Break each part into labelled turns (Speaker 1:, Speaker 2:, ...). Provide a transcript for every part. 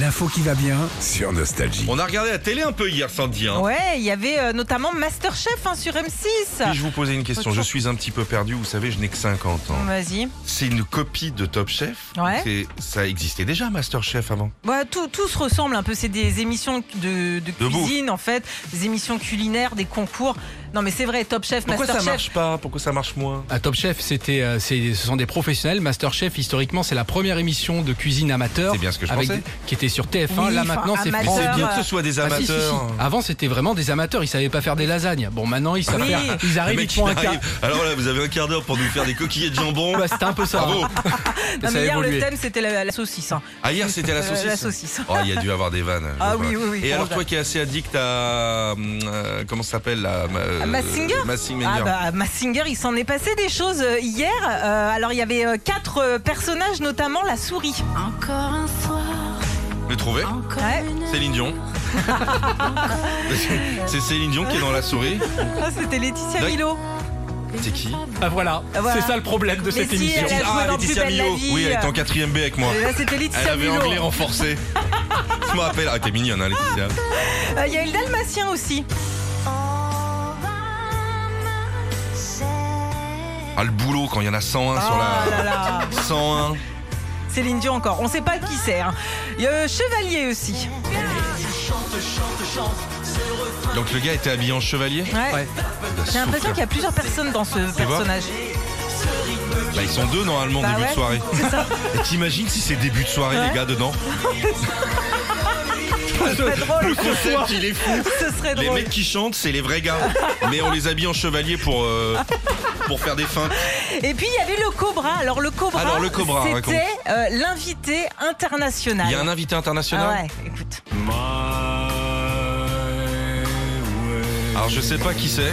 Speaker 1: L'info qui va bien sur Nostalgie.
Speaker 2: On a regardé la télé un peu hier, Sandy. Hein.
Speaker 3: Ouais, il y avait euh, notamment Masterchef hein, sur
Speaker 2: Puis-je
Speaker 3: M6.
Speaker 2: vous poser une question Je suis un petit peu perdu, vous savez, je n'ai que 50 ans.
Speaker 3: Vas-y.
Speaker 2: C'est une copie de Top Chef
Speaker 3: Ouais.
Speaker 2: C'est- Ça existait déjà, Masterchef, avant
Speaker 3: Bah, tout, tout se ressemble un peu. C'est des émissions de, de
Speaker 2: bouffe.
Speaker 3: cuisine, en fait, des émissions culinaires, des concours. Non, mais c'est vrai, Top Chef,
Speaker 2: Pourquoi ça
Speaker 3: Masterchef.
Speaker 2: marche pas Pourquoi ça marche moins
Speaker 4: À Top Chef, c'était, euh, c'est- ce sont des professionnels. Master Chef, historiquement, c'est la première émission de cuisine amateur.
Speaker 2: C'est bien ce que je
Speaker 4: avec-
Speaker 2: pensais.
Speaker 4: Qui était sur TF1.
Speaker 3: Oui,
Speaker 4: Là
Speaker 3: enfin,
Speaker 4: maintenant, c'est
Speaker 3: amateur,
Speaker 4: France
Speaker 2: C'est
Speaker 3: Alors,
Speaker 4: Deux.
Speaker 2: bien
Speaker 3: euh,
Speaker 2: que ce soit des
Speaker 4: Ah, si, si, si.
Speaker 2: amateurs.
Speaker 4: Avant, c'était vraiment des amateurs. Ils savaient pas faire des lasagnes. Bon, maintenant, ils savent
Speaker 3: Oui.
Speaker 4: faire. Ils
Speaker 2: Le
Speaker 4: arrivent, ils
Speaker 2: mec,
Speaker 4: te
Speaker 2: il
Speaker 4: font un
Speaker 2: arrive.
Speaker 4: cas.
Speaker 2: Alors là, vous avez un quart d'heure pour nous faire des coquillettes de jambon.
Speaker 4: Bah, c'était un peu ça.
Speaker 2: Bravo.
Speaker 3: Non,
Speaker 4: Ça a
Speaker 3: mais hier, le
Speaker 4: évolué.
Speaker 3: thème, c'était la, la saucisse. hein.
Speaker 2: Ah, hier, c'était la
Speaker 3: Euh,
Speaker 2: saucisse.
Speaker 3: la saucisse.
Speaker 2: Oh, il y a dû avoir des vannes. je
Speaker 3: Ah
Speaker 2: vois.
Speaker 3: oui, oui, oui,
Speaker 2: Et alors,
Speaker 3: formidable.
Speaker 2: toi qui es assez addict à. hum, euh, comment ça s'appelle la euh,
Speaker 3: Ah, Mazinger
Speaker 2: Massinger.
Speaker 3: Ah bah Massinger, il s'en est passé des choses euh, hier. Euh, alors il y avait euh, quatre euh, personnages, notamment la souris.
Speaker 5: Encore un soir,
Speaker 2: Le trouver
Speaker 5: encore
Speaker 3: Ouais.
Speaker 5: une heure.
Speaker 2: Céline Dion. C'est Céline Dion qui est dans la souris.
Speaker 3: Ah, C'était Laetitia
Speaker 2: D'ac-
Speaker 3: Milo.
Speaker 2: C'est qui
Speaker 4: Ah, voilà.
Speaker 3: Voilà.
Speaker 4: C'est ça le problème de
Speaker 3: Mais
Speaker 4: cette
Speaker 3: si,
Speaker 4: émission.
Speaker 3: elle a- joué dans Plus belle la
Speaker 2: Millot.
Speaker 3: vie.
Speaker 2: Oui, elle était en 4ème B avec moi.
Speaker 3: Et Là Euh, c'était
Speaker 2: Elle
Speaker 3: Laetitia
Speaker 2: avait
Speaker 3: Milo.
Speaker 2: anglais renforcé. Je me rappelle. Ah, t'es mignonne, hein, Laetitia.
Speaker 3: Euh, Il y a eu le dalmatien aussi.
Speaker 5: On va marcher.
Speaker 2: Ah, le boulot quand il y en a 101 sur
Speaker 3: Ah là
Speaker 2: la.
Speaker 3: là.
Speaker 2: 101.
Speaker 3: Céline Dion encore. On sait pas qui c'est. hein. Il y a euh, Chevalier aussi.
Speaker 2: Donc le gars était habillé en chevalier Bah,
Speaker 3: Ouais.
Speaker 4: Ouais.
Speaker 3: J'ai l'impression qu'il y a plusieurs personnes dans ce
Speaker 2: voir
Speaker 3: personnage.
Speaker 2: Bah, ils sont deux normalement
Speaker 3: Bah
Speaker 2: début
Speaker 3: ouais,
Speaker 2: de soirée. Et t'imagines si c'est début de soirée
Speaker 3: Ouais.
Speaker 2: les gars dedans
Speaker 3: C'est drôle.
Speaker 2: Le concept il est fou.
Speaker 3: Ce serait
Speaker 2: Les
Speaker 3: drôle.
Speaker 2: mecs qui chantent c'est les vrais gars. Mais on les habille en chevalier pour, euh, pour faire des feintes.
Speaker 3: Et puis il y avait le Cobra. Alors le Cobra,
Speaker 2: Alors, le Cobra, raconte.
Speaker 3: c'était euh, l'invité international.
Speaker 2: Il y a un invité international
Speaker 3: Ah ouais, écoute.
Speaker 2: Alors je sais pas qui c'est.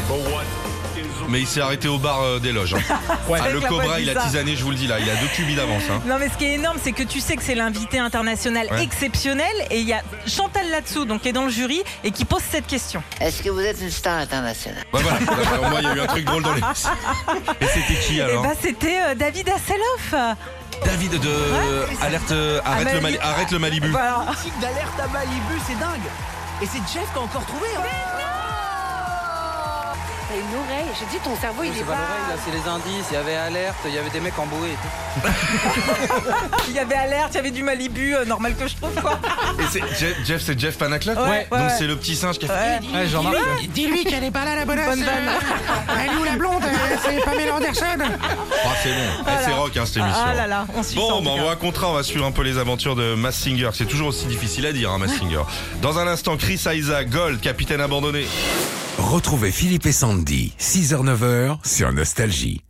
Speaker 2: Mais il s'est arrêté au bar euh, des loges. hein.
Speaker 4: Ouais.
Speaker 2: Ah, le
Speaker 3: Avec la voix
Speaker 2: cobra, il a
Speaker 3: bizarre.
Speaker 2: tisané, je vous le dis là, il a deux cubis d'avance. hein.
Speaker 3: Non mais ce qui est énorme, c'est que tu sais que c'est l'invité international
Speaker 2: Ouais.
Speaker 3: exceptionnel et il y a Chantal là-dessous, donc qui est dans le jury et qui pose cette question.
Speaker 6: Est-ce que vous êtes une star internationale
Speaker 2: Bah voilà, Là, au moins il y a eu un truc drôle dans les. Et c'était qui
Speaker 3: Et
Speaker 2: alors
Speaker 3: bah c'était euh, David Hasselhoff. Euh,
Speaker 2: David de alerte, euh, arrête,
Speaker 3: Ah,
Speaker 2: le Mali-
Speaker 3: Mali-
Speaker 2: arrête le Malibu.
Speaker 3: voilà.
Speaker 7: Politique d'alerte à Malibu, c'est dingue. Et c'est Jeff qui a encore trouvé. Hein.
Speaker 8: T'as une oreille. J'ai dit ton cerveau, il est
Speaker 9: C'est pas l'oreille, là, c'est les indices. Il y avait alerte, il y avait des mecs en bouée.
Speaker 3: Il y avait alerte, il y avait du Malibu, euh, normal que je trouve quoi.
Speaker 2: Et c'est Jeff, Jeff, c'est Jeff Panaclock
Speaker 3: Ouais, ouais,
Speaker 2: Donc
Speaker 3: ouais.
Speaker 2: c'est le petit singe qui a fait.
Speaker 3: Ouais.
Speaker 4: Ouais, Jean-Marc.
Speaker 7: Dis-lui qu'elle est pas là, la bonne
Speaker 3: Bonne vanne.
Speaker 7: Elle est où la blonde Euh, C'est Pamela Anderson.
Speaker 2: Ah, c'est bon. Eh, c'est rock, hein, cette émission.
Speaker 3: Ah là là, on suit ça, en
Speaker 2: Bon,
Speaker 3: tout
Speaker 2: bah, on
Speaker 3: cas.
Speaker 2: vous racontera, on va suivre un peu les aventures de Mass Singer. C'est toujours aussi difficile à dire, hein, Mass Singer. Dans un instant, Chris Aiza, Gold, capitaine abandonné.
Speaker 1: Retrouvez Philippe et Sandy, 6h-9h sur Nostalgie.